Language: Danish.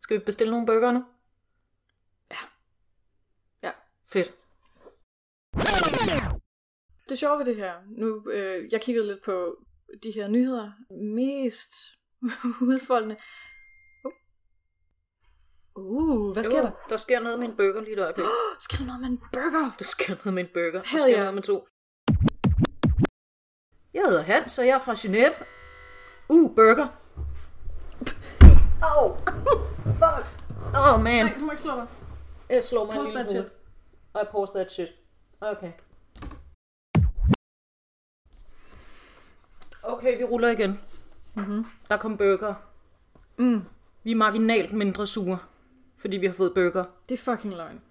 Skal vi bestille nogle burger nu? Ja. Fedt. Det sjove ved det her, nu, øh, jeg kiggede lidt på de her nyheder, mest udfoldende. Uh, uh hvad sker Jo, der? Der sker noget med en burger lige et øjeblik. Sker der noget med en burger? Der sker noget med en burger. Der Havde sker jeg- noget med to. Jeg hedder Hans, og jeg er fra Genève. Uh, burger. Åh, oh, fuck. Åh, oh, man. Nej, du må ikke slå dig. Jeg slår mig en Pause lille that smule. Og jeg pause that shit. Okay. Okay, vi ruller igen. Mm-hmm. Der kom burger. Mm, Vi er marginalt mindre sure, fordi vi har fået burger. det er fucking løgn.